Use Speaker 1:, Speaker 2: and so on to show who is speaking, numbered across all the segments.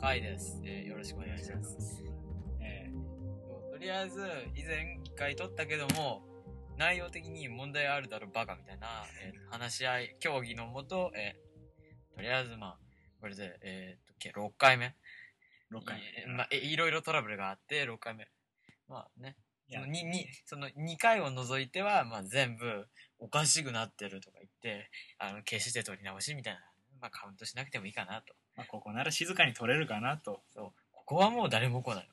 Speaker 1: はいです、えーよろしくお願いします。えーとりあえず、以前一回撮ったけども、内容的に問題あるだろバカみたいな、えー話し合い、協議のもと、えーとりあえずまあ、これで、えーと、計6回目。
Speaker 2: 6回
Speaker 1: えーまあ、えいろいろトラブルがあって、6回目。まあね。
Speaker 2: い
Speaker 1: そ
Speaker 2: や
Speaker 1: の 2, その2回を除いては、まあ、全部おかしくなってるとか言ってあの消して取り直しみたいな、まあ、カウントしなくてもいいかなと
Speaker 2: まあ、ここなら静かに取れるかなと
Speaker 1: そうここはもう誰も来ない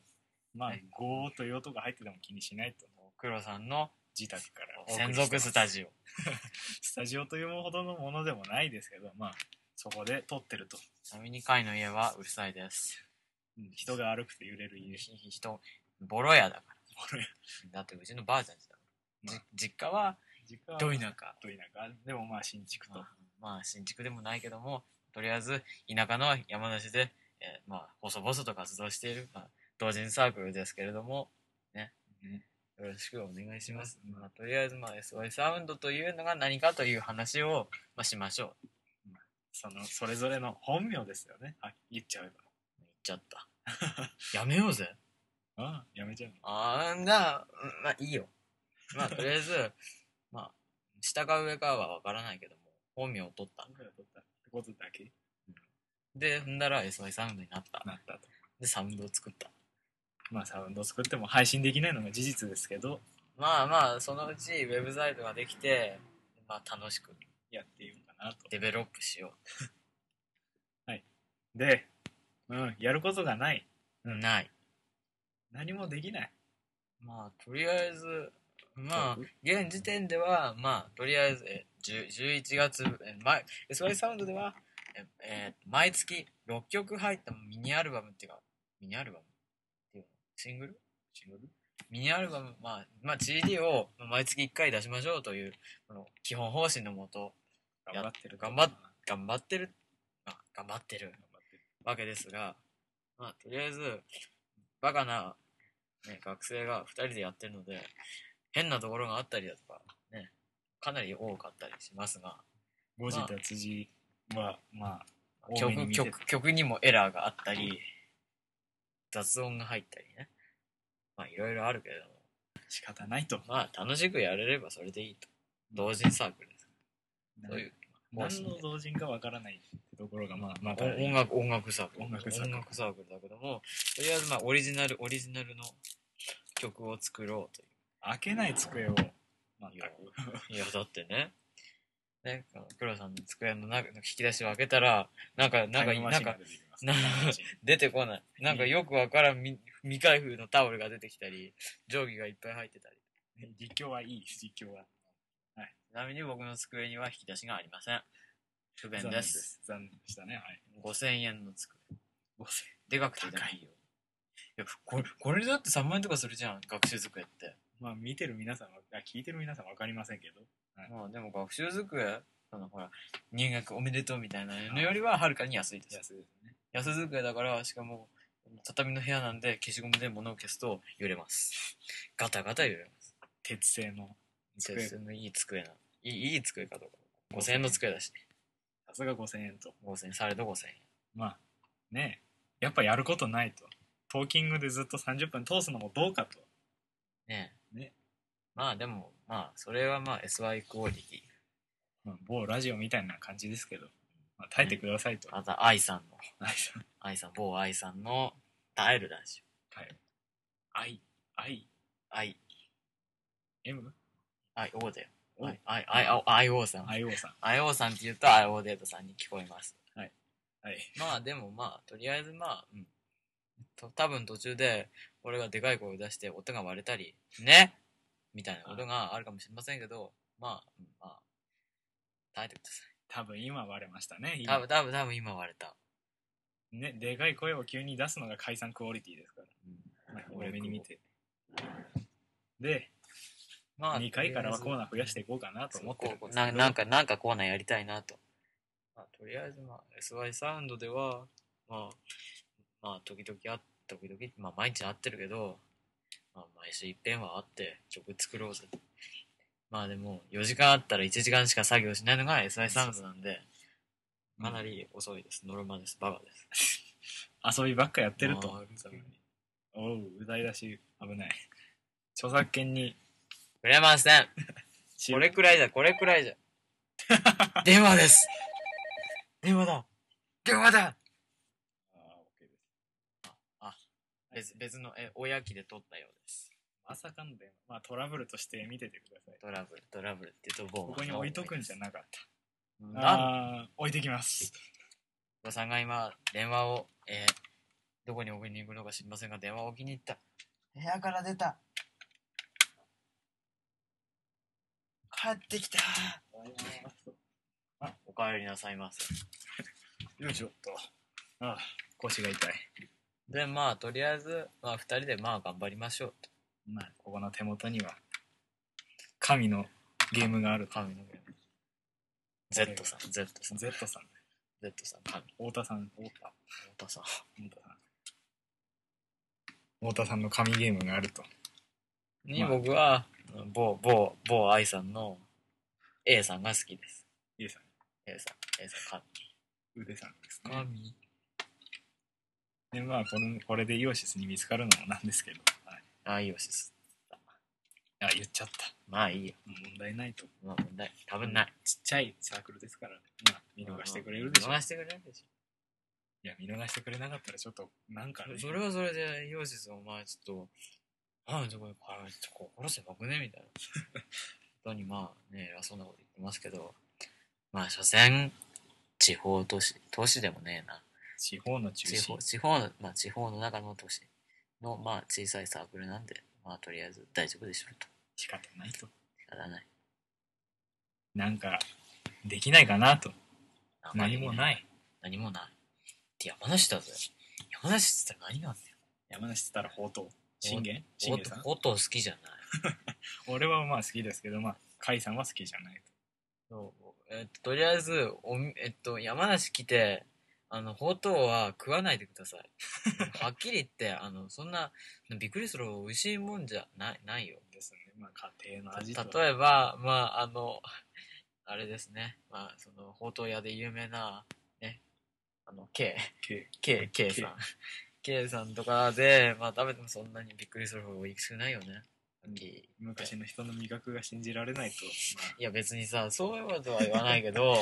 Speaker 2: まあ
Speaker 1: はい
Speaker 2: 「ゴー」という音が入ってても気にしないと
Speaker 1: 黒さんの
Speaker 2: 自宅からお送
Speaker 1: 専
Speaker 2: りして
Speaker 1: 属
Speaker 2: ます
Speaker 1: スタジオ
Speaker 2: スタジオというほどのものでもないですけどまあそこで撮ってると、
Speaker 1: ちなみに会の家はうるさいです
Speaker 2: うん人が歩くと揺れる家
Speaker 1: ひ人ボロ屋だか
Speaker 2: ボロ屋
Speaker 1: らだってうちのばあちゃんちだもん、
Speaker 2: まあ
Speaker 1: じ実家は
Speaker 2: 実家は
Speaker 1: ど田舎
Speaker 2: ど田舎でもまあ新築と、
Speaker 1: まあ、まあ新築でもないけどもとりあえず田舎の山梨で、えーまあ細々と活動している、まあ、同人サークルですけれどもね
Speaker 2: ね
Speaker 1: よろしくお願いします、
Speaker 2: うん
Speaker 1: まあ、とりあえず、まあ、SY サウンドというのが何かという話を、まあ、しましょう
Speaker 2: そのそれぞれの本名ですよねあ言っちゃえば
Speaker 1: 言っちゃったやめようぜ
Speaker 2: ああやめちゃうの
Speaker 1: あーじゃあうんまあいいよまあとりあえず まあ下か上かは分からないけども本名を取った
Speaker 2: 今回は撮ったってことだけ
Speaker 1: で踏んだら SY サウンドになった
Speaker 2: なったと
Speaker 1: でサウンドを作った
Speaker 2: まあサウンドを作っても配信できないのが事実ですけど
Speaker 1: まあまあそのうちウェブサイトができて、まあ、楽しく
Speaker 2: やっているかなと
Speaker 1: デベロップしよ
Speaker 2: で、うん、やることがないう
Speaker 1: ない
Speaker 2: 何もできない
Speaker 1: まあとりあえずまあ
Speaker 2: 僕
Speaker 1: 現時点ではまあとりあえずえ10 11月え毎 SY サウンドではええー毎月6曲入ったミニアルバムっていうかミニアルバムっていうのシングル
Speaker 2: シングル
Speaker 1: ミニアルバム、まあ、まあ、CD を毎月1回出しましょうという、この基本方針のもと、
Speaker 2: 頑張ってる
Speaker 1: 頑張っ頑張ってる、まあ、頑張ってる
Speaker 2: 頑張ってる
Speaker 1: わけですが、まあ、とりあえず、バカな、ね、学生が2人でやってるので、変なところがあったりだとか、ね、かなり多かったりしますが、
Speaker 2: 誤字脱字はまあ多めに見
Speaker 1: 曲、
Speaker 2: て
Speaker 1: 曲、曲にもエラーがあったり、雑音が入ったりね、まあ、いろいろあるけれども、
Speaker 2: 仕方ないと
Speaker 1: まあ、楽しくやれればそれでいいと。同人サークルです。そういう、まあ
Speaker 2: 何の同人かわからないってところがまあまた
Speaker 1: 音楽、音楽サークル。
Speaker 2: 音楽サークル
Speaker 1: サークルだけども、とりあえずまあオリジナル、オリジナルの曲を作ろうとい
Speaker 2: 開けない机を全
Speaker 1: いや
Speaker 2: く
Speaker 1: う。いや、だってね、ね、この黒さんの机の中の引き出しを開けたら、なんか、なん
Speaker 2: タ
Speaker 1: か、
Speaker 2: イムマ
Speaker 1: な
Speaker 2: シ
Speaker 1: ん
Speaker 2: ンが
Speaker 1: か
Speaker 2: 出てきます
Speaker 1: なんか
Speaker 2: タイムマシン
Speaker 1: 出てこない。なんかよくわからん未未開封のタオルが出てきたり、定規がいっぱい入ってたり。
Speaker 2: 実況はいい実況は
Speaker 1: ちなみに僕の机には引き出しがありません。不便
Speaker 2: 残念
Speaker 1: で。
Speaker 2: ですす残念でしたねはい
Speaker 1: 5000円の机。
Speaker 2: 5000
Speaker 1: でかくてでもいいよ。いや、これ、これだって3万円とかするじゃん、学習机って。
Speaker 2: まあ見てる皆さんはあ聞いてる皆さんわかりませんけど
Speaker 1: まあでも学習机、そのほら、入学おめでとうみたいなのよりははるかに安いです。
Speaker 2: 安いですね
Speaker 1: 安机だから、しかも、畳の部屋なんで消しゴムで物を消すと揺れます。ガタガタ揺れます。
Speaker 2: 鉄製の机
Speaker 1: 鉄のいい机な。いい、いい机かどうか。5000円の机だし、
Speaker 2: さすが5000円と
Speaker 1: 5000円、されど5000円。
Speaker 2: まあねえやっぱやることないとトーキングでずっと30分通すのもどうかと
Speaker 1: ねえ。
Speaker 2: ね
Speaker 1: まあでも、まあ、それはまあ SY クオリティ。
Speaker 2: まあ、某ラジオみたいな感じですけど、まあ、耐えてくださいと。
Speaker 1: また i さんの、
Speaker 2: 愛さん
Speaker 1: i さん、某 i さんの耐えるラジ
Speaker 2: はい。愛、愛、
Speaker 1: オ。i、
Speaker 2: M?
Speaker 1: IO だよ。
Speaker 2: お
Speaker 1: I- I- I- I- IO さん。
Speaker 2: 愛王さん。
Speaker 1: IO さんって言うと IO デートさんに聞こえます。
Speaker 2: はい。
Speaker 1: まあでもまあ、とりあえずまあ、うん。と多分途中で、俺がでかい声を出して音が割れたり、ねみたいなことがあるかもしれませんけど、まあ、うんまあ、耐えてください。
Speaker 2: 多分今割れましたね。今
Speaker 1: 多分、多分、多分今割れた。
Speaker 2: ね、でかい声を急に出すのが解散クオリティですから。まあ、
Speaker 1: 俺
Speaker 2: 俺目に見て。で、
Speaker 1: ま
Speaker 2: 2回からはコーナー増やしてていこうかなと思ってるんです
Speaker 1: な
Speaker 2: けど
Speaker 1: なんか、なんかコーナーやりたいなと。まあ、とりあえず、まあ、SY サウンドでは、まあ、まあ、時々あ、時々、まあ、毎日会ってるけど、まあ、毎週一遍は会って曲作ろうぜ。まあでも、4時間あったら1時間しか作業しないのが SY サウンドなんで、かなり遅いです。ノルマです。バカです。
Speaker 2: 遊びばっかやってると
Speaker 1: あー
Speaker 2: そういうのにおううざいだし危ない著作権に
Speaker 1: くれません。
Speaker 2: 知
Speaker 1: これくらいじゃ、これくら いじゃ。電話です。電話だ。電話だ。
Speaker 2: あー OK です
Speaker 1: 別、別の、え、親機で撮ったようです。
Speaker 2: まさかの電話まあトラブルとして見ててください
Speaker 1: トラブル、トラブルって言うと、
Speaker 2: ここに置いとくんじゃ
Speaker 1: ん。
Speaker 2: なかった
Speaker 1: なん、
Speaker 2: ああ置いてきます
Speaker 1: おばさんが今、電話を、えーどこに置きに行くのか知りませんが、電話を置きに行った。部屋から出た。帰ってきた。お帰りなさいませ。
Speaker 2: よいしょっとああ腰が痛い
Speaker 1: で、まあ、とりあえず、まあ、二人で、まあ、頑張りましょうと。
Speaker 2: まあここの手元には神のゲームがあると
Speaker 1: 神のゲーム。Z さん、Z さん、
Speaker 2: Z さん
Speaker 1: Z さん、神。
Speaker 2: 太田さん太田
Speaker 1: 太田さん。
Speaker 2: 太田さん太田さんの神ゲームがあると
Speaker 1: に、
Speaker 2: まあ
Speaker 1: 僕は、某、某、某愛さんの A さんが好きです。
Speaker 2: いいさん
Speaker 1: A さん、A さん、
Speaker 2: 腕さんです
Speaker 1: 神。
Speaker 2: ねでまあこのこれでイオシスに見つかるのもなんですけど、はい、
Speaker 1: ああ、いいよ、シス。
Speaker 2: あ言っちゃった
Speaker 1: まあいいよ。
Speaker 2: 問題ないと
Speaker 1: まあ問題、多分ない。
Speaker 2: ちっちゃいサークルですからねまあ見逃してくれるでしょう
Speaker 1: 見逃してくれるでし
Speaker 2: いや見逃してくれなかったらちょっとなんかね
Speaker 1: ょ。それはそれで、イオシス、お前、ちょっと、なんでこれ、あれ、ちょっと心せばくね みたいな。本当にまあ、ね、偉そうなこと言ってますけど、まあ、所詮、地方都市、都市でもねえな。
Speaker 2: 地方の中
Speaker 1: 地
Speaker 2: 心
Speaker 1: 方地方の、まあ、地方の中の都市の、まあ、小さいサークルなんで、まあ、とりあえず大丈夫でしょうと。
Speaker 2: 仕方ないと
Speaker 1: 仕方ない。
Speaker 2: なんかできないかなと
Speaker 1: あまり
Speaker 2: 何
Speaker 1: ね
Speaker 2: もな。い
Speaker 1: 何もない。って山梨だぜ。山梨って言ったら何があんだよ。
Speaker 2: 山梨って言ったら宝刀信玄信玄さん
Speaker 1: お音好きじゃない。
Speaker 2: 俺はまあ好きですけどまあ甲斐さんは好きじゃないと
Speaker 1: そうえっと、とりあえずおみ、えっと、山梨来て、あの、ほうとうは食わないでくださ い。はっきり言って、あの、そんな、びっくりするほど美味しいもんじゃない、ないよ。
Speaker 2: ですねまあ家庭の味と
Speaker 1: 例えば、まあ、あの、あれですね、まあ、その、ほうとう屋で有名な、ね、あの、K、
Speaker 2: 系
Speaker 1: K、K さん。K さんとかで、まあ、食べてもそんなにびっくりするほど美味しくないよね。
Speaker 2: うん
Speaker 1: い
Speaker 2: 昔の人の味覚が信じられないと、まあ、
Speaker 1: や、別にさ、そういうことは言わない けど、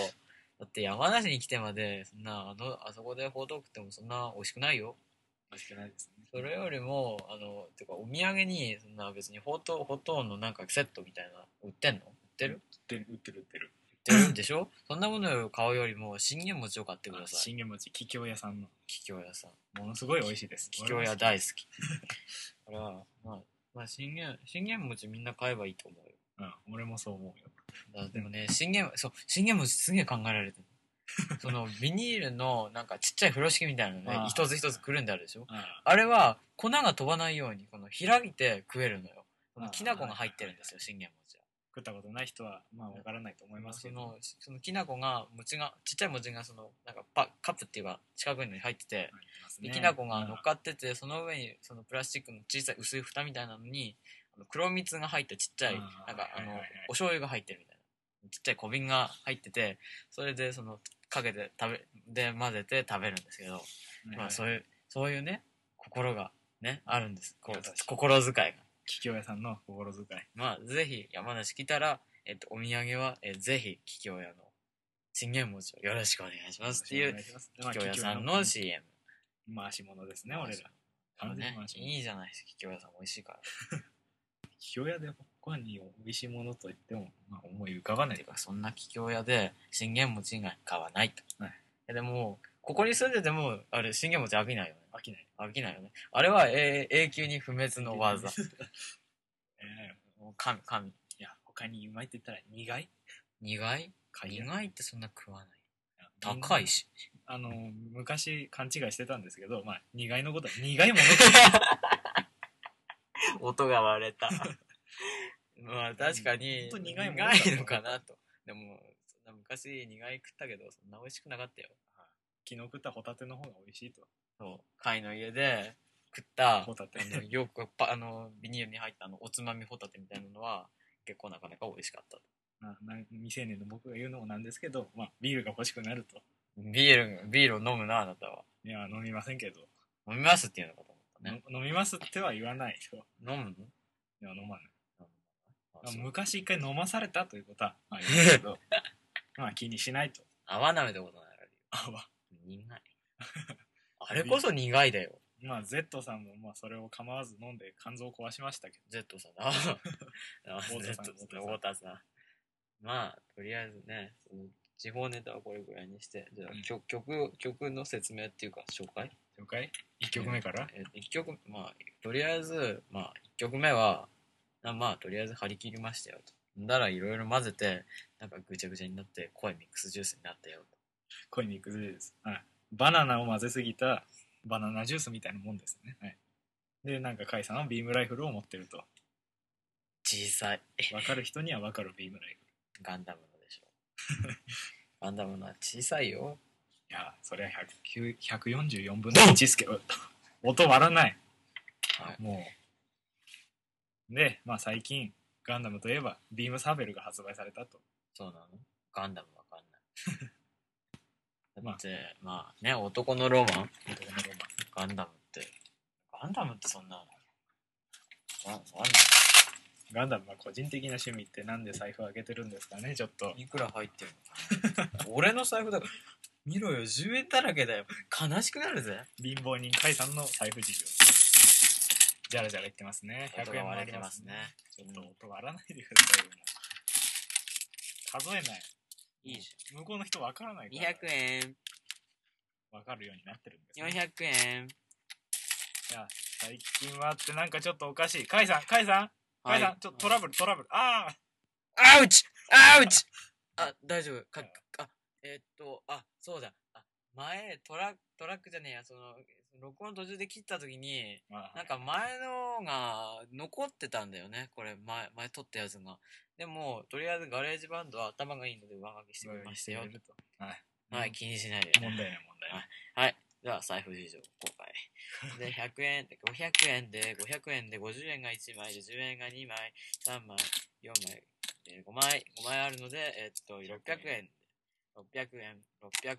Speaker 1: だって山梨に来てまで、そんな、あの、あそこでほうとう食ってもそんな美味しくないよ。
Speaker 2: 美味しくないですね
Speaker 1: それよりも、あの、てか、お土産に、そんな別にほうとう、ほうとうのなんかセットみたいな、売ってんの売って
Speaker 2: 売
Speaker 1: る
Speaker 2: ってる売ってる売ってる
Speaker 1: ってるんで しょそんなものを買うよりも信玄餅を買ってくだ
Speaker 2: あ
Speaker 1: さい
Speaker 2: 信玄餅桔梗屋さんの
Speaker 1: 桔梗屋さん
Speaker 2: ものすごい美味しいです
Speaker 1: 桔梗屋大好き だからまあ、まあ、信玄信玄餅みんな買えばいいと思うよ
Speaker 2: 俺もうん俺もそう思うよ
Speaker 1: だでもね信玄そう信玄餅すげえ考えられて るそのビニールのなんかちっちゃい風呂敷みたいなの
Speaker 2: あ
Speaker 1: ね
Speaker 2: あ
Speaker 1: 一つ一つくるんであるでしょ
Speaker 2: あ
Speaker 1: あれは粉が飛ばないようにこの開いて食えるのよこの
Speaker 2: ああ
Speaker 1: きな粉が入ってるんですよ信玄餅は
Speaker 2: 食ったことない人はまあわからないと思います
Speaker 1: そ
Speaker 2: けど
Speaker 1: のそのきな粉が餅がちっちゃい餅がそのなんかパカップっていうか四角いのに入ってて
Speaker 2: あります
Speaker 1: で
Speaker 2: ね
Speaker 1: きな粉が乗っかってて、その上にそのプラスチックの小さい薄い蓋みたいなのにあの黒蜜が入ったちっちゃい
Speaker 2: あ
Speaker 1: なん
Speaker 2: ー
Speaker 1: かあ
Speaker 2: はい
Speaker 1: の
Speaker 2: はいはい
Speaker 1: お醤油が入ってるみたいなちっちゃい小瓶が入っててそれでそのかけて食べで混ぜて食べるんですけど、
Speaker 2: うん
Speaker 1: まあ、
Speaker 2: そ
Speaker 1: そうういうそういうね心がねあるんですこ
Speaker 2: い
Speaker 1: う
Speaker 2: や確かに
Speaker 1: 心遣いが
Speaker 2: 桔梗屋さんの心遣い
Speaker 1: まあぜひ山梨来たら、えっと、お土産は、えぜひ桔梗屋の信玄餅をよろしくお願いしますってい
Speaker 2: お願
Speaker 1: う
Speaker 2: しますまあ
Speaker 1: 桔梗屋さん
Speaker 2: 桔梗
Speaker 1: の CM
Speaker 2: 屋の回し物ですね俺ら
Speaker 1: あの
Speaker 2: 完全に
Speaker 1: ね
Speaker 2: 回し物
Speaker 1: いいじゃないですか桔梗屋さん美味しいから
Speaker 2: 桔梗屋で他に美味しいものといってもまあ思い浮かばな
Speaker 1: て
Speaker 2: い
Speaker 1: かそんな桔梗屋で信玄餅以外買わないと、
Speaker 2: はい
Speaker 1: えでもここに住んでてもあれ信玄餅飽きないよね
Speaker 2: 飽きない
Speaker 1: 飽きないよねあれは永永久に不滅の技
Speaker 2: ええ
Speaker 1: もう神神
Speaker 2: いや他にうまいって言ったら苦い
Speaker 1: 苦い
Speaker 2: かい
Speaker 1: 苦いってそんな食わない高いし
Speaker 2: あの昔勘違いしてたんですけどまあ苦いのことは苦いものと
Speaker 1: 音が割れた まあ確かに
Speaker 2: ほんと苦いもんだ
Speaker 1: 苦いのかなとでもそんな昔苦い食ったけどそんな美味しくなかったよ
Speaker 2: 昨日食ったホタテの方が美味しいと
Speaker 1: そう貝の家で食った
Speaker 2: ホタテ
Speaker 1: あのよくパあのビニールに入ったあのおつまみホタテみたいなのは結構なかなか美味しかった
Speaker 2: まあなん未成年の僕が言うのもなんですけどまあビールが欲しくなると
Speaker 1: ビールビールを飲むなあなたは
Speaker 2: いや、飲みませんけど。
Speaker 1: 飲みますっていうのかと思ったね。
Speaker 2: の飲みますっては言わないよ。
Speaker 1: 飲むの
Speaker 2: いや、飲まない。
Speaker 1: あ
Speaker 2: まあ
Speaker 1: そう
Speaker 2: 昔一回飲まされたということはありますけ ど、まあ気にしないと。
Speaker 1: 合わないってことない
Speaker 2: あわ
Speaker 1: 苦い。 あれこそ苦いだよ。
Speaker 2: まあ Z さんもまあそれを構わず飲んで肝臓を壊しましたけ
Speaker 1: Z さんだ。あ
Speaker 2: 太
Speaker 1: Z
Speaker 2: 田
Speaker 1: さ
Speaker 2: さ
Speaker 1: ん
Speaker 2: ん、
Speaker 1: 太田さん。まあ、とりあえずね、その地方ネタはこれぐらいにして、じゃあ、
Speaker 2: うん
Speaker 1: 曲曲、曲の説明っていうか、紹介
Speaker 2: ど。了解 ?1 曲目から、
Speaker 1: え1曲、まあ、とりあえず、まあ、1曲目は、なまあ、とりあえず張り切りましたよと。だらいろいろ混ぜて、なんかぐちゃぐちゃになって、濃いミックスジュースになったよと。
Speaker 2: 恋に行くです。はい。バナナを混ぜすぎたバナナジュースみたいなもんですね。はい。で、なんか甲斐さんはビームライフルを持ってると。
Speaker 1: 小さい。
Speaker 2: わかる人にはわかるビームライフ
Speaker 1: ガンダムの でしょ。ガンダムのは小さいよ。
Speaker 2: ル。いや、そりゃ109 144分の1ですけど、 音割らない。
Speaker 1: はい
Speaker 2: もう。で、まあ最近、ガンダムといえば、ビームサーベルが発売されたと。
Speaker 1: そうなのガンダムわかん ない。
Speaker 2: ま
Speaker 1: だ
Speaker 2: あ
Speaker 1: って、まあね、男のロマン
Speaker 2: 男のロマン
Speaker 1: ガンダムって。ガンダムってそんな。ガンガン
Speaker 2: ガンダムは個人的な趣味ってなんで財布を開けてるんですかね、ちょっと
Speaker 1: ダム。いくら入ってるの俺の財布だから。見ろよ、10円だらけだよ。悲しくなるぜ。
Speaker 2: 貧乏人甲斐さんの財布事情。じゃらじゃら言ってますね。
Speaker 1: 音
Speaker 2: 100
Speaker 1: が
Speaker 2: 円割
Speaker 1: 割れ
Speaker 2: れ
Speaker 1: て
Speaker 2: て
Speaker 1: ま
Speaker 2: ますす
Speaker 1: ね
Speaker 2: ね。ちょっと音割らないでくださいよ。もう数えない。
Speaker 1: いいじ
Speaker 2: 向こうの人わからない
Speaker 1: ゃ
Speaker 2: か
Speaker 1: ん。
Speaker 2: ら。
Speaker 1: 200円、
Speaker 2: わかるようになってるんです、ね。
Speaker 1: 400円。
Speaker 2: いや、最近はってなんかちょっとおかしい。甲斐さん、甲斐さん、甲斐さん、ちょっとトラ
Speaker 1: ブ
Speaker 2: ブル、トラブル。ああ
Speaker 1: アウチアウチあ、大丈夫。か、
Speaker 2: はい
Speaker 1: あ、えーっと、あ、そうだ。あ、前、トラ、トラックじゃねえや、その、録音途中で切った時に、
Speaker 2: まあ
Speaker 1: なんか前のが残ってたんだよね。これ、前、前撮ったやつが。でも、とりあえずガレージバンドは頭がいいので上書きしてみましたよ。
Speaker 2: ると。はい。
Speaker 1: はい、気にしないでね。
Speaker 2: 問題ない問題ない。
Speaker 1: はい。では、財布事情、公開。で、100円で、500円で、500円で、50円が1枚で、10円が2枚、3枚、4枚、で5枚、5枚あるので、えっと、600円。600円、600、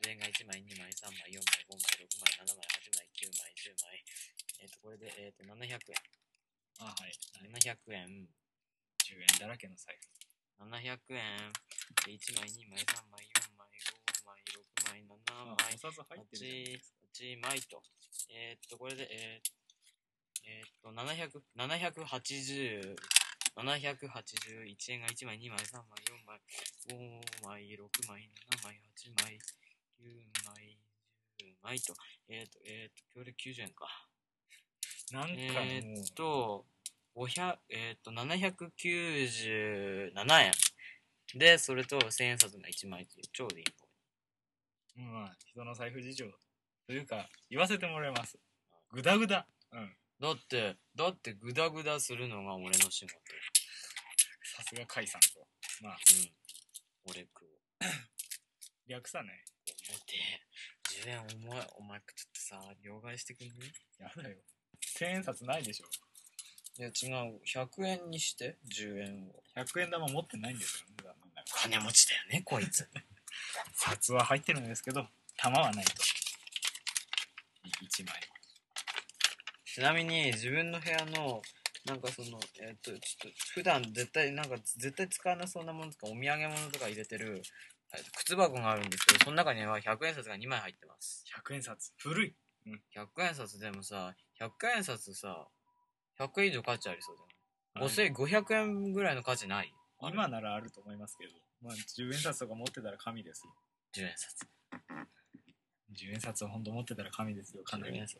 Speaker 1: 10円が1枚、2枚、3枚、4枚、5枚、6枚、7枚、8枚、9枚、10枚。えっと、これで、えっと、700
Speaker 2: あはい。
Speaker 1: 円。700円。
Speaker 2: 10円だらけの財
Speaker 1: 700円。で、1枚、2枚、3枚、4枚、5枚、6枚、7
Speaker 2: 布。
Speaker 1: 枚
Speaker 2: あ。お札入ってるじゃないですか。
Speaker 1: 8枚と。えーっと、これで、えーっ、えーっと、700、780、781円が1枚、2枚、3枚、4枚、5枚、6枚、7枚、8枚、9枚、10枚と。えーっと、えーっと、これ90円か。
Speaker 2: なんかもう、
Speaker 1: えーっと、500えーっと、797円。で、それと1000円札が1枚っていう、超貧乏。
Speaker 2: まあ、人の財布事情というか、言わせてもらいます。ぐだぐだ。うん。
Speaker 1: だって、だってグダグダするのが俺の仕事。
Speaker 2: さすが甲斐さんと。まあ、
Speaker 1: うん。俺食おう。
Speaker 2: 略さね。
Speaker 1: 重てえ。10円重い。お前ちょっとさ、両替してくんね
Speaker 2: やだよ。千円札ないでしょ。
Speaker 1: いや違う。100円にして、10円を。
Speaker 2: 百円玉持ってないんですよね。だからなんか
Speaker 1: 金持ちだよね、こいつ。
Speaker 2: 札は入ってるんですけど、玉はないと。一枚。
Speaker 1: ちなみに、自分の部屋の、なんかその、えっ、と、ちょっと、普段絶対、なんか、絶対使わなそうなものとか、お土産物とか入れてる、えーと靴箱があるんですけど、その中には100円札が2枚入ってます。
Speaker 2: 百円札。古い。
Speaker 1: 100円札でもさ、100円札さ、100円以上価値ありそうだよね。
Speaker 2: 円。
Speaker 1: 5000 500円ぐらいの価値ない
Speaker 2: 今ならあると思いますけど、まあ、十円札とか持ってたら神ですよ。
Speaker 1: 10円札
Speaker 2: 十円札を本当持ってたら神ですよ、かな
Speaker 1: 500
Speaker 2: り
Speaker 1: 円。札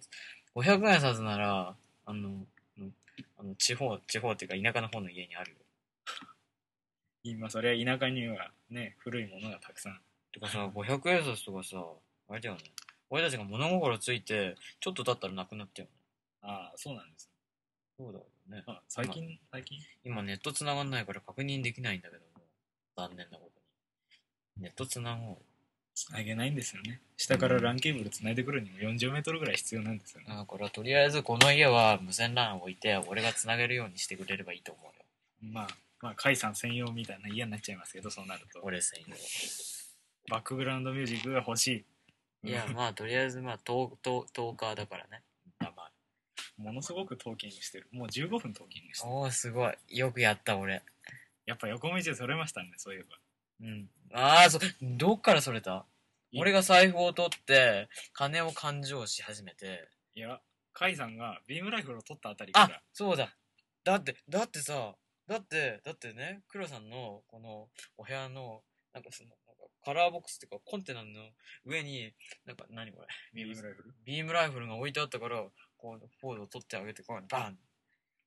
Speaker 1: 500円札ならあのうんあの地方地方っていうか田舎の方の家にあるよ
Speaker 2: 今、それは田舎にはね、古いものがたくさん。
Speaker 1: てかさ500円札とかさあれだよね俺たちが物心ついてちょっと経ったらなくなったよね
Speaker 2: ああ、そうなんです。
Speaker 1: そうだよね
Speaker 2: あ最近、最近。
Speaker 1: 今ネット繋がんないから確認できないんだけども残念なことにネット繋ごう
Speaker 2: 繋げないんですよね下からランケーブル繋いでくるにも4 0メートルぐらい必要なんですよね、
Speaker 1: だからとりあえずこの家は無線 LAN 置いて俺が繋げるようにしてくれればいいと思うよ
Speaker 2: まあまあ甲斐さん専用みたいな嫌になっちゃいますけどそうなると
Speaker 1: 俺専用
Speaker 2: バックグラウンドミュージックが欲しい
Speaker 1: いや、まあ、とりあえず、まあ、トートートーカーだからね。
Speaker 2: あまあものすごくトーキングしてるもう15分トーキングしてる
Speaker 1: おお、すごい。よくやった、俺。
Speaker 2: やっぱ横道でそれましたねそういえば
Speaker 1: うん。ああ、そ、どっからそれた
Speaker 2: い
Speaker 1: 俺が財布を取って、金を勘定し始めて。
Speaker 2: いや甲斐さんがビームライフルを取ったあたりか
Speaker 1: あ
Speaker 2: ら
Speaker 1: そうだ。だって、だってさ、だって、だってね、黒さんの、この、お部屋の、なんかその、なんかカラーボックスっていうか、コンテナの上に、なんか、何これ、
Speaker 2: ビームライフル
Speaker 1: ビームライフルが置いてあったから、こう、フォードを取ってあげて、こう、バン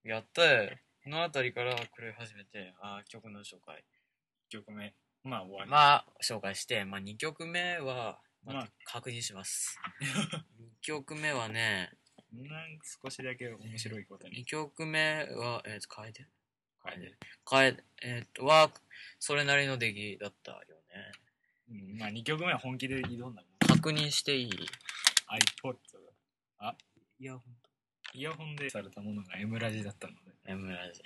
Speaker 1: やって、このあたりから狂い始めて、あー曲の紹介。
Speaker 2: 1曲目まあ終わり、
Speaker 1: まあ、紹介して、まあ、2曲目は、
Speaker 2: ま
Speaker 1: ま
Speaker 2: あ
Speaker 1: あ、確認し ます。2曲目はね、
Speaker 2: なんか少しだけ面白いことに
Speaker 1: 2曲目は、えっ、と、変えて、
Speaker 2: 変え
Speaker 1: る。変え、えっ、と、は、それなりの出来だったよね。
Speaker 2: うんまあ2曲目は本気で挑んだもん
Speaker 1: 確認していい
Speaker 2: iPod が
Speaker 1: いや、ほんと。
Speaker 2: イヤホンでされたものが M ラジだったので
Speaker 1: やむらず。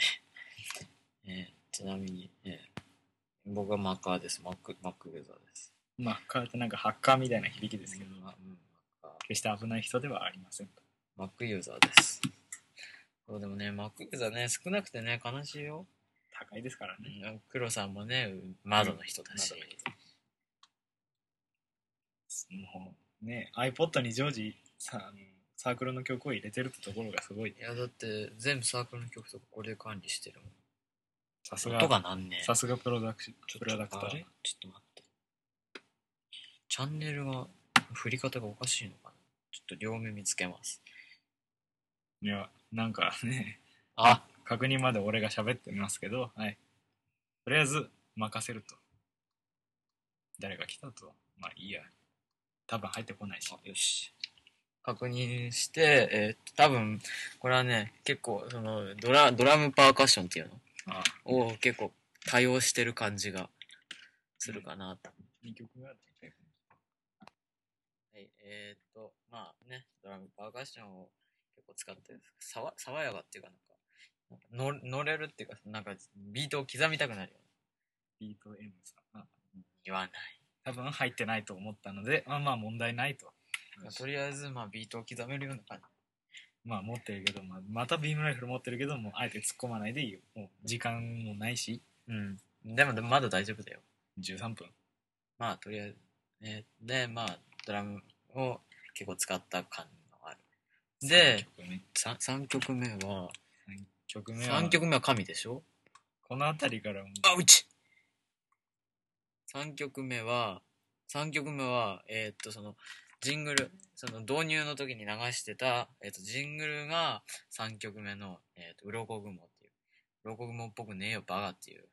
Speaker 1: えーちなみに、えー僕はマッカーです。マック、マックウェザーです。
Speaker 2: まあ変わってなんかハッカーみたいな響きですけど、
Speaker 1: うんまうんマッカー
Speaker 2: 決して危ない人ではありませんと
Speaker 1: マックユーザーです。そうでもね、マックユーザーね、少なくてね、悲しいよ。
Speaker 2: 高いですからね、
Speaker 1: うん黒さんもね、窓の人だし。
Speaker 2: うん窓のもうね iPod に常時さあのサークルの曲を入れてるってところがすごい
Speaker 1: いや、だって、全部サークルの曲とかこれで管理してるもん。
Speaker 2: さすが
Speaker 1: 音がなんねえ
Speaker 2: さすがプロダクシプロダクタ
Speaker 1: あれ
Speaker 2: ー
Speaker 1: ちょっと待って。チャンネルが、振り方がおかしいのかなちょっと両目見つけます。
Speaker 2: いやなんかね
Speaker 1: あ、
Speaker 2: 確認まで俺が喋ってますけどはいとりあえず任せると誰が来たとまあいいや多分入ってこないし
Speaker 1: あよし。確認して、えーっと、多分、これはね、結構、その、ドラ、ドラムパーカッションっていう
Speaker 2: あ
Speaker 1: のを結構多用してる感じがするかなと。
Speaker 2: 2曲が大体
Speaker 1: はい、えーっと、まあね、ドラムパーカッションを結構使ってるさわ爽やかっていうかなんか、の乗れるっていうか、なんかビートを刻みたくなるよ。
Speaker 2: ビート M さんが
Speaker 1: 言わない。
Speaker 2: 多分入ってないと思ったのでまあまあ問題ないと
Speaker 1: まあとりあえず、まあビートを刻めるような感じ。
Speaker 2: まあ持ってるけど、まあ、またビームライフル持ってるけどもうあえて突っ込まないでいいよもう時間もないし
Speaker 1: うん。でも、でもまだ大丈夫だよ。
Speaker 2: 13分
Speaker 1: まあ、とりあえず、ね。で、まあ、ドラムを結構使った感のある。で、
Speaker 2: 3
Speaker 1: 3, 三曲目は、
Speaker 2: 曲目は
Speaker 1: 3曲目は神でしょ
Speaker 2: この辺りからもう
Speaker 1: あ、うち !3 曲目は、3曲目は、えーっと、その、ジングル、その導入の時に流してた、えーっと、ジングルが3曲目の、えーっと、うろこ雲っていう。うろこ雲っぽくねえよ、バカっていう。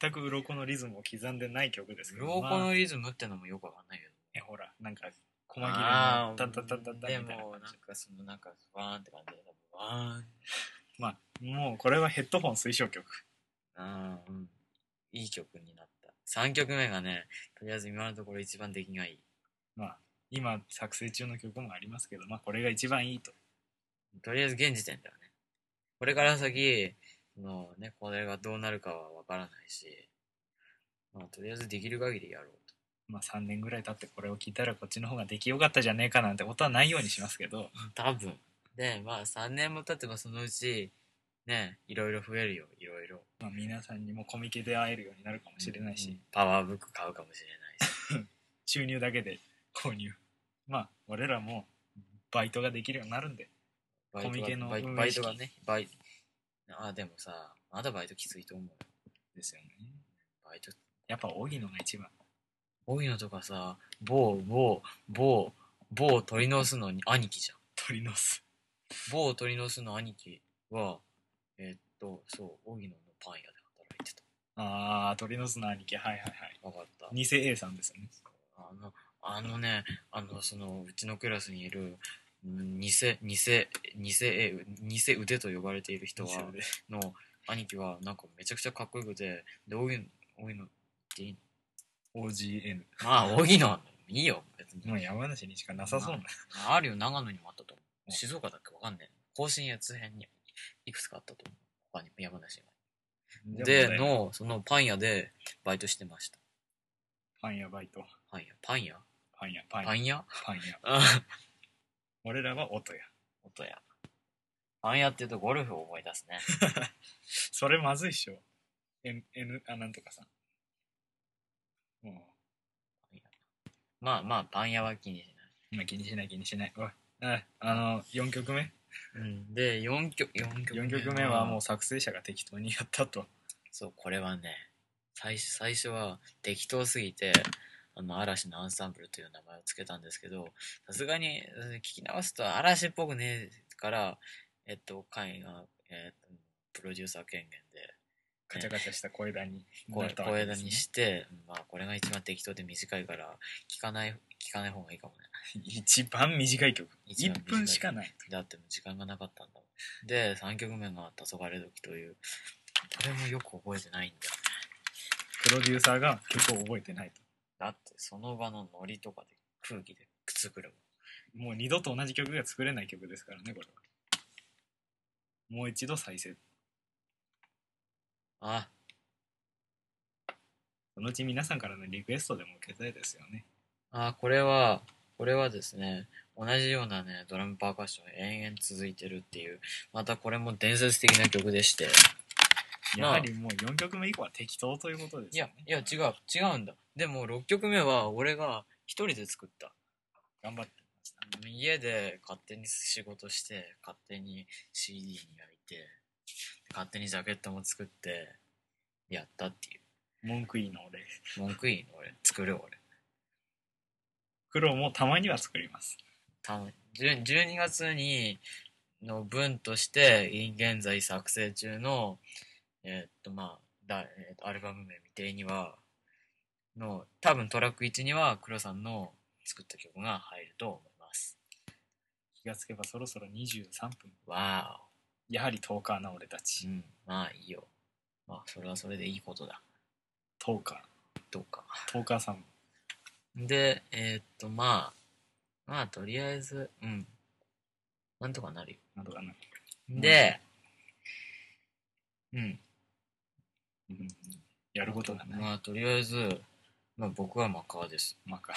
Speaker 2: 全く鱗のリズムを刻んでない曲ですけ
Speaker 1: う
Speaker 2: ど
Speaker 1: ろこ
Speaker 2: まあ
Speaker 1: のリズムってのもよくわかんないけど。
Speaker 2: えほらなんか細切れ
Speaker 1: あ
Speaker 2: の
Speaker 1: あ
Speaker 2: タンタンタンタンタンみた
Speaker 1: で
Speaker 2: いな
Speaker 1: も
Speaker 2: 感
Speaker 1: なん
Speaker 2: じ
Speaker 1: かそのなんかワーンって感じで多分ワーン
Speaker 2: まあもうこれはヘッドホン推奨曲
Speaker 1: あーうんいい曲になった3曲目がねとりあえず今のところ一番出来がいい
Speaker 2: まあ今作成中の曲もありますけどまあこれが一番いいと
Speaker 1: とりあえず現時点だよねこれから先そのねこれがどうなるかはわからないしまあとりあえずできる限りやろう
Speaker 2: まあ3年ぐらい経ってこれを聞いたらこっちの方が出来よかったじゃねえかなんてことはないようにしますけど
Speaker 1: と多分でまあ3年も経ってばそのうちねいろいろ増えるよいろいろ
Speaker 2: まあ、皆さんにもコミケで会えるようになるかもしれないし、
Speaker 1: うんパワーブック買うかもしれないし
Speaker 2: 収入だけで購入まあ俺らもバイトができるようになるんで
Speaker 1: バイト
Speaker 2: コミケの
Speaker 1: バイ
Speaker 2: 運営
Speaker 1: バイトがね、バイあ、でもさ、まだバイトきついと思うよ。
Speaker 2: ですよね
Speaker 1: バイト。
Speaker 2: やっぱ荻野が一番
Speaker 1: 多いのとかさ、某、某、某、某を取り直すのに兄貴じゃん。
Speaker 2: 鳥の巣
Speaker 1: 某を取り直すの兄貴は、えーっと、そう、荻野のパン屋で働いて
Speaker 2: ああ鳥の巣の兄貴はいはいはい
Speaker 1: た。わかった。
Speaker 2: 偽 A さんですよね
Speaker 1: あの、あのね、あの、その、うちのクラスにいる、うん偽、偽、偽、え偽腕と呼ばれている人は、
Speaker 2: 偽 A
Speaker 1: の兄貴はなんかめちゃくちゃかっこよくてで荻野荻野っていい
Speaker 2: OGN
Speaker 1: のまあ荻野いいよ別に
Speaker 2: もう山梨にしかなさそうな
Speaker 1: あるよ長野にもあったと思
Speaker 2: うん
Speaker 1: う静岡だっけわかんねえ甲信越編にいくつかあったと思う他にも山梨にもで
Speaker 2: の
Speaker 1: のそのパン屋でバイトしてました
Speaker 2: パン屋バイト
Speaker 1: パン屋パン屋
Speaker 2: パン屋、パン
Speaker 1: パ
Speaker 2: 屋、
Speaker 1: ン屋
Speaker 2: パン屋。
Speaker 1: あ
Speaker 2: 俺らは音や。
Speaker 1: 音や。パン屋って言うとゴルフを思い出すね。
Speaker 2: それまずいっしょ。N、N、あ、なんとかさん。も
Speaker 1: まあまあ、パン屋は気にし
Speaker 2: う、まあ、気にしない気にしない。おい。ああの、4曲目
Speaker 1: ない。うん、で、4曲、4曲
Speaker 2: ?4 曲目はもう作成者が適当にやったと。
Speaker 1: そう、これはね、最初最初は適当すぎて、あの、嵐のアンサンブルという名前をつけたんですけど、さすがにうん聞き直すと嵐っぽくねえから、えっと、会が、えっと、プロデューサー権限で、
Speaker 2: ガチャガチャした小枝に
Speaker 1: こ
Speaker 2: な
Speaker 1: う
Speaker 2: った
Speaker 1: 小
Speaker 2: わけ
Speaker 1: 枝
Speaker 2: ですね
Speaker 1: にして、まあ、これが一番適当で短いから、聞かない、聞かない方がいいかもね。
Speaker 2: 一番短い曲。
Speaker 1: 一番
Speaker 2: 1
Speaker 1: 短い
Speaker 2: 分しかない。
Speaker 1: だって時間がなかったんだもん。で、3曲目が黄昏時という、これもよく覚えてないんだよね。
Speaker 2: プロデューサーが曲を覚えてないと。
Speaker 1: だって、その場のノリとかで空気でくつぐるもん。
Speaker 2: もう二度と同じ曲が作れない曲ですからね、これは。もう一度再生。
Speaker 1: あ、
Speaker 2: そのうち皆さんからのリクエストでも受けたいですよね。
Speaker 1: あ、これは、これはですね、同じようなね、ドラムパーカッション延々続いてるっていう、またこれも伝説的な曲でして。
Speaker 2: やはりもう4曲目以降は適当ということで
Speaker 1: い
Speaker 2: すよ
Speaker 1: や
Speaker 2: ね。、
Speaker 1: いや、違う、違うんだ。でも、6曲目は俺が一人で作った。
Speaker 2: 頑張ってました。
Speaker 1: 家で勝手に仕事して、勝手に CD に焼いて、勝手にジャケットも作って、やったってい
Speaker 2: 文句いいの俺。
Speaker 1: う。文句いいの俺、作る俺。
Speaker 2: 黒もたまには作ります。
Speaker 1: た10 12月にの分としてい現在作成中のえーっとまあだ、えーっとアルバム名未定にはの多分トラック1には黒さんの作った曲が入ると思います
Speaker 2: 気がつけばそろそろ23分。
Speaker 1: わ
Speaker 2: やはり10日な俺た
Speaker 1: ーお
Speaker 2: ち。
Speaker 1: うんまあいいよまあそれはそれでいいことだ
Speaker 2: 10日。
Speaker 1: どうか
Speaker 2: 10日さん。
Speaker 1: でえーっとまあまあとりあえずうんなんとかなるよ
Speaker 2: なんとかな。
Speaker 1: でうん
Speaker 2: うんやることがない。
Speaker 1: まあ、とりあえず、まあ、僕はマカー です。
Speaker 2: まあか。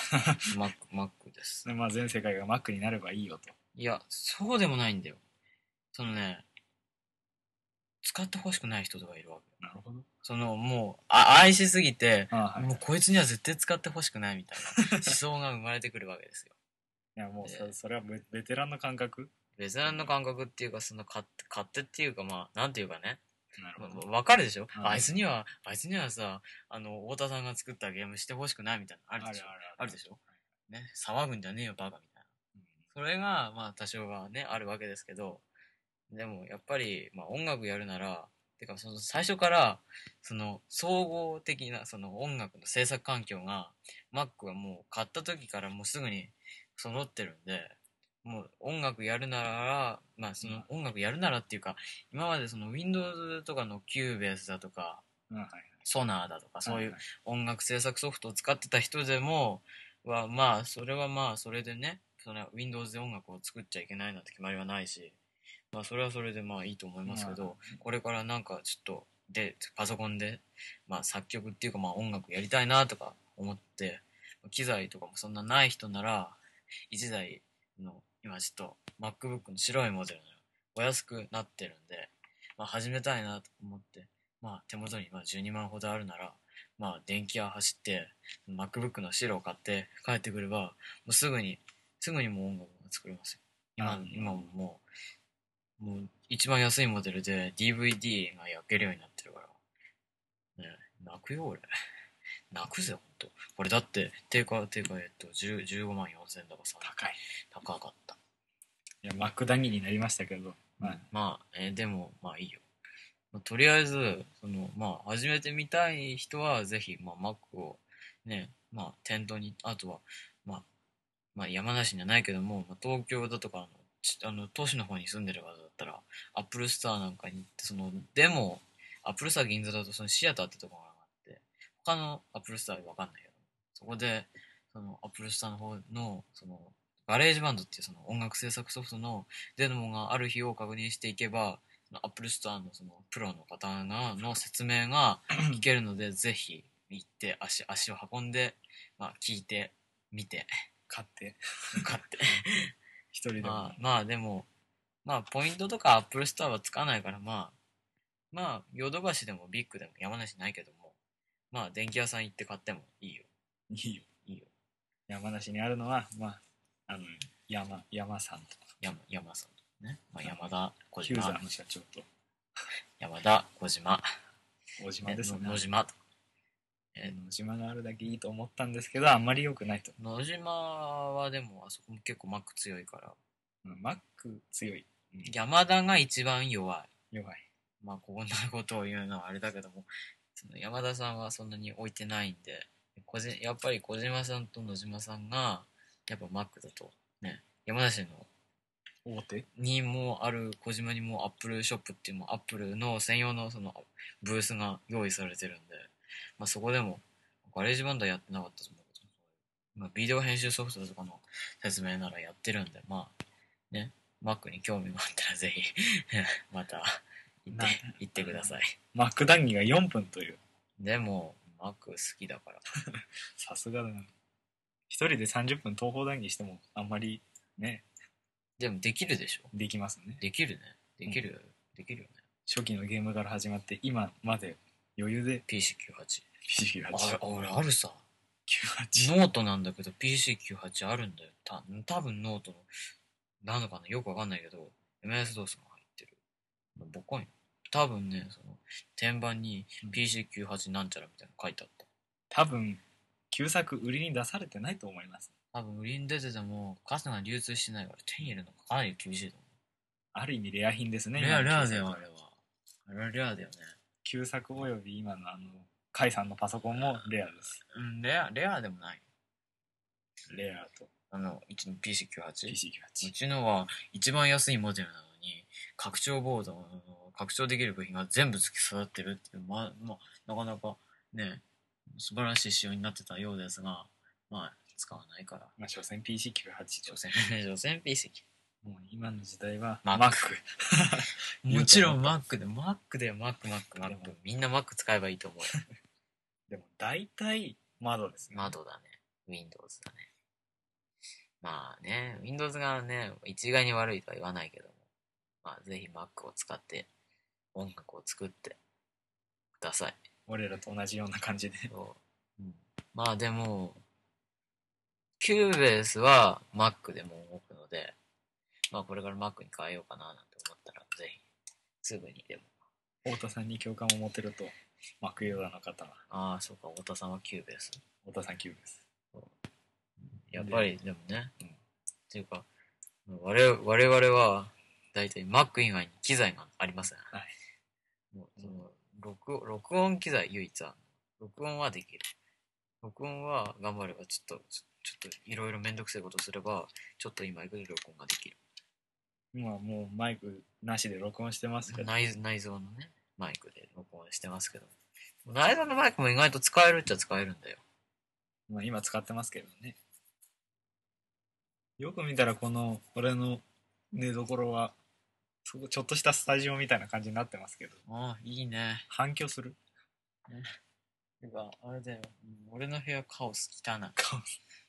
Speaker 1: マック、マックです。
Speaker 2: まあ全世界がマックになればいいよと。
Speaker 1: いや、そうでもないんだよ。そのね、使ってほしくない人とかいるわけ。
Speaker 2: なるほど。
Speaker 1: その、もう、あ愛しすぎて、
Speaker 2: ああはい。
Speaker 1: もうこいつには絶対使ってほしくないみたい な思想が生まれてくるわけですよ。
Speaker 2: いやもうそ
Speaker 1: えー
Speaker 2: それはベベテランの感覚
Speaker 1: ベテランの感覚っていうか、その勝手、勝手っていうか、まあ、なんていうかね、
Speaker 2: な
Speaker 1: ま
Speaker 2: る
Speaker 1: あ
Speaker 2: ほど。
Speaker 1: まあわかるでしょ、
Speaker 2: はい
Speaker 1: あいつには、あいつにはさ、あの、太田さんが作ったゲームしてほしくないみたいなのあるでしょあるでしょね、騒ぐんじゃねえよ、バカみたいな。
Speaker 2: うん
Speaker 1: それが、まあ、多少はね、あるわけですけど、でも、やっぱり、まあ、音楽やるなら、てか、その、最初から、その、総合的な、その、音楽の制作環境が、Mac はもう、買った時からもうすぐに揃ってるんで、もう、音楽やるなら、まあ、その、音楽やるならっていうか、今までその、Windows とかの Cubase だとか、
Speaker 2: うんはい。
Speaker 1: Sonar だとか、そういう
Speaker 2: はは
Speaker 1: 音楽制作ソフトを使ってた人でもはまあそれはまあそれでねその Windows で音楽を作っちゃいけないなんて決まりはないしまあそれはそれでまあいいと思いますけど、
Speaker 2: ま
Speaker 1: これからなんかちょっとでパソコンで、まあ、作曲っていうかまあ音楽やりたいなとか思って機材とかもそんなない人なら1台の今ちょっと MacBook の白いモデルのお安くなってるんで、まあ、始めたいなと思って、まあ、手元にまあ12万ほどあるなら、まあ、電気屋走って MacBook の白を買って帰ってくればもうすぐにすぐにもう音楽が作れますよ今
Speaker 2: うん
Speaker 1: 今ももうもう一番安いモデルで DVD が焼けるようになってるから、ね、泣くよ俺 泣くぜほんとこれだって定価定価えっと10 15万4000だからさ
Speaker 2: 高い。
Speaker 1: 高かった
Speaker 2: いや、マック談義になりましたけど。はい
Speaker 1: まあ、えーでも、まあいいよ。まあとりあえず、その、まあ、始めてみたい人は、ぜひ、まあ、Mac を、ね、まあ、店頭に、あとは、まあ、まあ、山梨じゃないけども、まあ、東京だとかの、ちあの、都市の方に住んでる方だったら、アップルスターなんかに行って、その、でも、アップルスター銀座だと、そのシアターってところがあって、他のアップルスターはわかんないけど、そこで、その、アップルスターの方の、その、ガレージバンドっていうその音楽制作ソフトのデモがある日を確認していけば、アップルスターのそのプロの方がの説明が 聞けるので、ぜひ行って足足を運んで、まあ、聞いてみて
Speaker 2: 買って、
Speaker 1: 買って。
Speaker 2: 一人でも
Speaker 1: まあ、まあでも、まあポイントとかアップルストアはつかないから、まあ、まあ、ヨドバシでもビッグでも山梨ないけども、まあ電気屋さん行って買ってもいいよ。
Speaker 2: いいよ。
Speaker 1: いいよ。
Speaker 2: 山梨にあるのは、まあ、あの、山、山さんと
Speaker 1: 山、山さんとかね。まあ山田、小
Speaker 2: ヒューザ
Speaker 1: 島
Speaker 2: ー。の社長と、
Speaker 1: 山田、小島。
Speaker 2: 小島ですね。
Speaker 1: 野島と。
Speaker 2: えー野島があるだけいいと思ったんですけど、あんまり良くないと。
Speaker 1: 野島はでも、あそこも結構マック強いから。
Speaker 2: うんマック強い。うん
Speaker 1: 山田が一番弱い。
Speaker 2: 弱い。
Speaker 1: まあ、こんなことを言うのはあれだけども、 その山田さんはそんなに置いてないんで、小じやっぱり小島さんと野島さんが、やっぱマックだと、ね、山梨の
Speaker 2: 大手
Speaker 1: にもある小島にもアップルショップっていうもアップルの専用のそのブースが用意されてるんで、まあ、そこでもガレージバンドやってなかったと思うけど、まあ、ビデオ編集ソフトとかの説明ならやってるんでまあねマックに興味があったらぜひ また行っ
Speaker 2: な
Speaker 1: て行ってください
Speaker 2: マック談義が4分という。
Speaker 1: でもマック好きだから
Speaker 2: さすがだな。一人で30分東方談義しても、あんまりね、
Speaker 1: でもできるでしょ
Speaker 2: できますね。
Speaker 1: できるねできる、できるよね
Speaker 2: 初期のゲームから始まって、今まで余裕で
Speaker 1: PC98
Speaker 2: PC が
Speaker 1: あれ俺あるさ
Speaker 2: 98。
Speaker 1: ノートなんだけど PC98 あるんだよ。た多分ノートの、なのかなよくわかんないけど、MS ドースが入ってる。ボコンよ。多分ね、その、天板に
Speaker 2: うん
Speaker 1: PC98 なんちゃらみたいなの書いてあっ
Speaker 2: 多分、旧作売りに出されてないと思います。
Speaker 1: た。多分売りに出てても、数が流通してないから手に入れるのがかなり厳しいと思
Speaker 2: ある意味レア品です
Speaker 1: う。
Speaker 2: ね。
Speaker 1: レア、レ
Speaker 2: 今の
Speaker 1: ア
Speaker 2: 旧作
Speaker 1: だよ、あれは。あれはレアだよね。
Speaker 2: 旧作および今のあの、甲斐さんのパソコンもレアです。
Speaker 1: うん、レア、レアでもない。
Speaker 2: レアと
Speaker 1: あの、うちの PC98。う
Speaker 2: PC98。
Speaker 1: ちのは一番安いモデルなのに、拡張ボードの、拡張できる部品が全部付き育ってるっていう、まあ、まあ、なかなかね、素晴らしい仕様になってたようですが、まあ、使わないから。
Speaker 2: まあ、所詮 PC98
Speaker 1: 所
Speaker 2: と。
Speaker 1: 詮、所詮 PC。
Speaker 2: もう今の時代は
Speaker 1: Mac
Speaker 2: Mac。
Speaker 1: もちろん Mac で、Mac で、Mac、Mac、Mac
Speaker 2: でも。
Speaker 1: みんな Mac 使えばいいと思うよ。
Speaker 2: でも大体窓ですね。
Speaker 1: 窓だね。Windows だね。まあね、Windows がね、一概に悪いとは言わないけども、まあ、ぜひ Mac を使って、音楽を作ってください。
Speaker 2: 俺らと同じような感じで。
Speaker 1: そうまあでも、キューベースは Mac でも動くので、まあこれから Mac に変えようかななんて思ったら、ぜひ、すぐにでも。
Speaker 2: 太田さんに共感を持てると、マクヨーダの方は、
Speaker 1: ああ、そうか、太田さんはキューベース。
Speaker 2: 太田さん級です。
Speaker 1: やっぱりでもね、
Speaker 2: うん
Speaker 1: っていうか、我々我々は、だいたい Mac 以外に機材がありません。
Speaker 2: はい
Speaker 1: もうその録音録音機材唯一ある録音はできる。録音は頑張ればちょっと、ちょちょっといろいろめんどくせえことすれば、ちょっと今いくで録音ができる。
Speaker 2: 今はもうマイクなしで録音してますけど、
Speaker 1: 内内蔵のね、マイクで録音してますけど。内蔵のマイクも意外と使えるっちゃ使えるんだよ。
Speaker 2: まあ、今使ってますけどね。よく見たらこの俺の寝所は、そこちょっとしたスタジオみたいな感じになってますけど、
Speaker 1: ああ、いいね。
Speaker 2: 反響する
Speaker 1: てか、あれだよ。うん俺の部屋カオス汚い。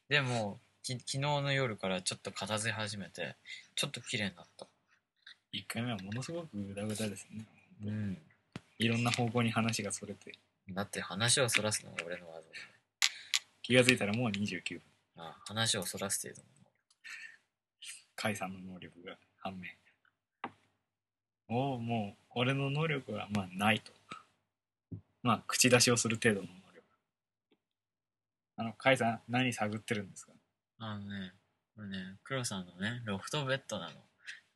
Speaker 1: でも、き昨日の夜からちょっと片付け始めて、ちょっと綺麗になった。
Speaker 2: 一回目はものすごくグダグダですね。
Speaker 1: うん。
Speaker 2: いろんな方向に話がそれて、
Speaker 1: だって話をそらすのが俺の技だ。
Speaker 2: 気がついたらもう29分。
Speaker 1: ああ話をそらす程度の。
Speaker 2: 甲斐さんの能力が判明おおもう俺の能力はまあないとまあ口出しをする程度の能力あの甲斐さん何探ってるんですか
Speaker 1: あのね、これね、黒さんのね、ロフトベッドなの。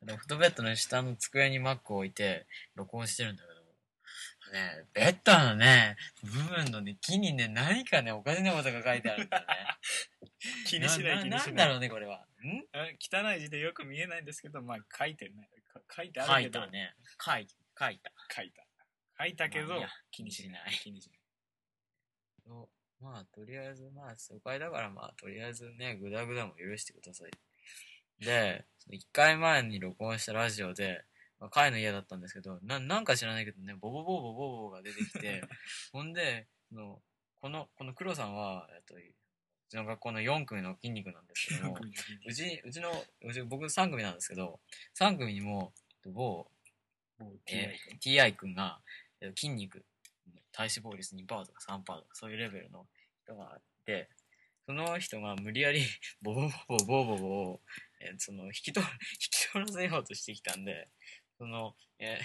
Speaker 1: ロフトベッドの下の机にマックを置いて、録音してるんだけど、ね、ベッドのね、部分のね、木にね、何かね、おかしなことが書いてあるんだよね。
Speaker 2: 気にしない気にしない
Speaker 1: んだろうね、これは。ん
Speaker 2: え汚い字でよく見えないんですけどまあ書いてないか書いてあ
Speaker 1: 書
Speaker 2: るけ
Speaker 1: い
Speaker 2: ど
Speaker 1: たね。書い、書いた。
Speaker 2: 書いた書いたけど、
Speaker 1: まあいいや
Speaker 2: 気にしない気にしない
Speaker 1: まあ、とりあえず、まあ、初回だから、まあ、とりあえずね、ぐだぐだも許してください。で、1回前に録音したラジオで、まあ、会の家だったんですけど、ななんか知らないけどね、ボボボボボボが出てきて、ほんで、その、この、この黒さんは、えっと、ちの学校の4組の筋肉なんですけども、うち、うちの、うち、僕3組なんですけど、3組にも、某、
Speaker 2: もう TI
Speaker 1: えー TI 君が、えー筋肉、体脂肪率2%とか3%とか、そういうレベルの人がいて、その人が無理やり、 ボボボボボボボボを、えーそ の、引き取る、引き取らせようとしてきたんで、その、え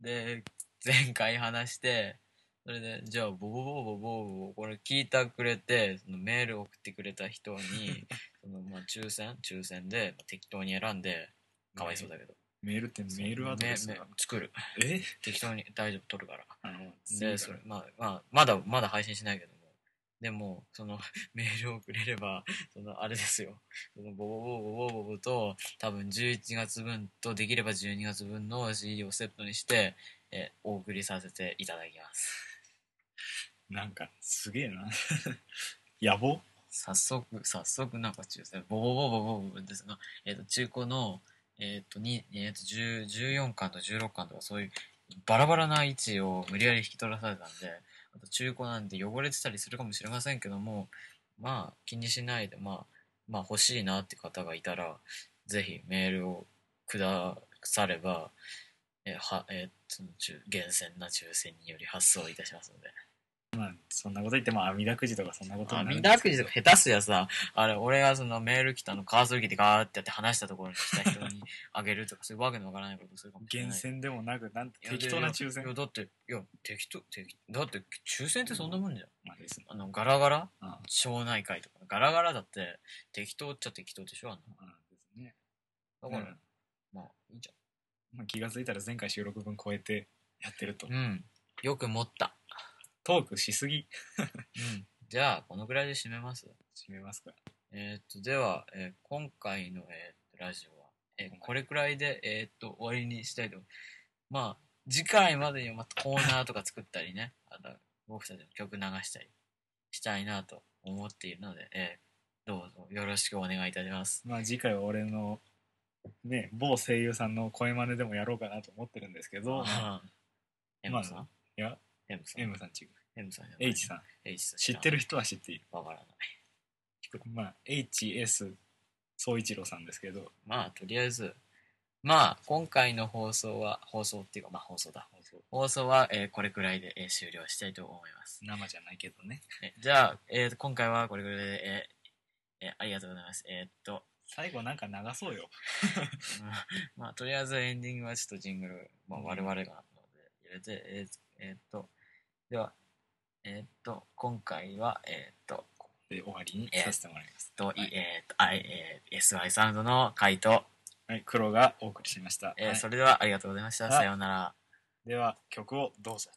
Speaker 1: ーで、前回話して、それで、じゃあ、ボボボボボボボ、これ聞いたくれて、そのメール送ってくれた人に、 その、まあ、抽選抽選で、まあ適当に選んで、かわいそうだけど。
Speaker 2: メールってメールアドレス
Speaker 1: メ
Speaker 2: が
Speaker 1: メ作る。
Speaker 2: え
Speaker 1: 適当に大丈夫取るから。
Speaker 2: あの
Speaker 1: で、それ、まあ、まあ、まだ、まだ配信しないけども。でも、その、 メールをくれれば、その、あれですよ。その、ボボボボボボボボと、多分11月分と、できれば12月分の CD をセットにして、え、お送りさせていただきます。
Speaker 2: なんかすげえな野望
Speaker 1: 早速、早速、なんか抽選、ボボボボボボボですが、えっ、と、中古の、えっ、と、にえっ、と、10 14巻と16巻とか、そういう、バラバラな位置を無理やり引き取らされたんで、あと中古なんで汚れてたりするかもしれませんけども、まあ、気にしないで、まあ、まあ、欲しいなって方がいたら、ぜひメールをくだされば、えーは、えーその抽厳選な抽選により発送いたしますので。
Speaker 2: そんなこと言ってもあみだくじとかそんなこと
Speaker 1: あ、
Speaker 2: にな
Speaker 1: み
Speaker 2: る
Speaker 1: んな悪事とか下手すりゃさ、あれ、俺がそのメール来たのカーソル機でガーってやって話したところに来た人にあげるとか、そういうわけのわからないことするかもしれない。
Speaker 2: 厳選でもなくなんて
Speaker 1: いや
Speaker 2: 適当な抽選
Speaker 1: いや、だって、いや、適当、適だって、抽選ってそんなもんじゃん。
Speaker 2: まあですね
Speaker 1: あの、ガラガラ
Speaker 2: あ
Speaker 1: 町内会とか、ガラガラだって、適当っちゃ適当でしょ、あん
Speaker 2: あですね
Speaker 1: なだから、
Speaker 2: うん
Speaker 1: まあ、いいじ
Speaker 2: まあ、気がついたら前回収録分超えてやってると
Speaker 1: ゃん。うん。よく持った。
Speaker 2: トークしすぎ
Speaker 1: うん。じゃあ、このぐらいで締めます。
Speaker 2: 締めますか
Speaker 1: えーっと、では、えー今回の、えーっとラジオは、えーこれくらいで、えーっと、終わりにしたいと思います。まあ、次回までにはまたコーナーとか作ったりね、あと、僕たちの曲流したりしたいなと思っているので、えーどうぞよろしくお願いいたします。
Speaker 2: まあ次回は俺のね某声優さんの声真似でもやろうかなと思ってるんですけど
Speaker 1: M さん、
Speaker 2: まいや
Speaker 1: M さん
Speaker 2: M さん違う
Speaker 1: M さんじゃない
Speaker 2: H さん
Speaker 1: H さん
Speaker 2: 知ってる人は知っている
Speaker 1: わからない。
Speaker 2: まあ HS 総一郎さんですけど
Speaker 1: まあ、とりあえず、まあ、今回の放送は、放送っていうか、まあ、放送だ。放送は、えーこれくらいで、えー終了したいと思います。
Speaker 2: 生じゃないけどね
Speaker 1: えじゃあ、えー今回はこれぐらいで、えーえーありがとうございます。えーっと、
Speaker 2: 最後なんか流そうよ
Speaker 1: うん まあ、とりあえずエンディングはちょっとジングル、まあ、
Speaker 2: うん
Speaker 1: 我々がなので入れて、えーえーっと、では、えーっと、今回は、えーっと、
Speaker 2: で終わりにさせてもらいます
Speaker 1: とい
Speaker 2: はい
Speaker 1: えーっと、I えー SY サウンドの回答、
Speaker 2: はい黒がお送りしました
Speaker 1: えー
Speaker 2: はい
Speaker 1: それではありがとうございました。
Speaker 2: はい
Speaker 1: さようなら。
Speaker 2: では曲をどうぞ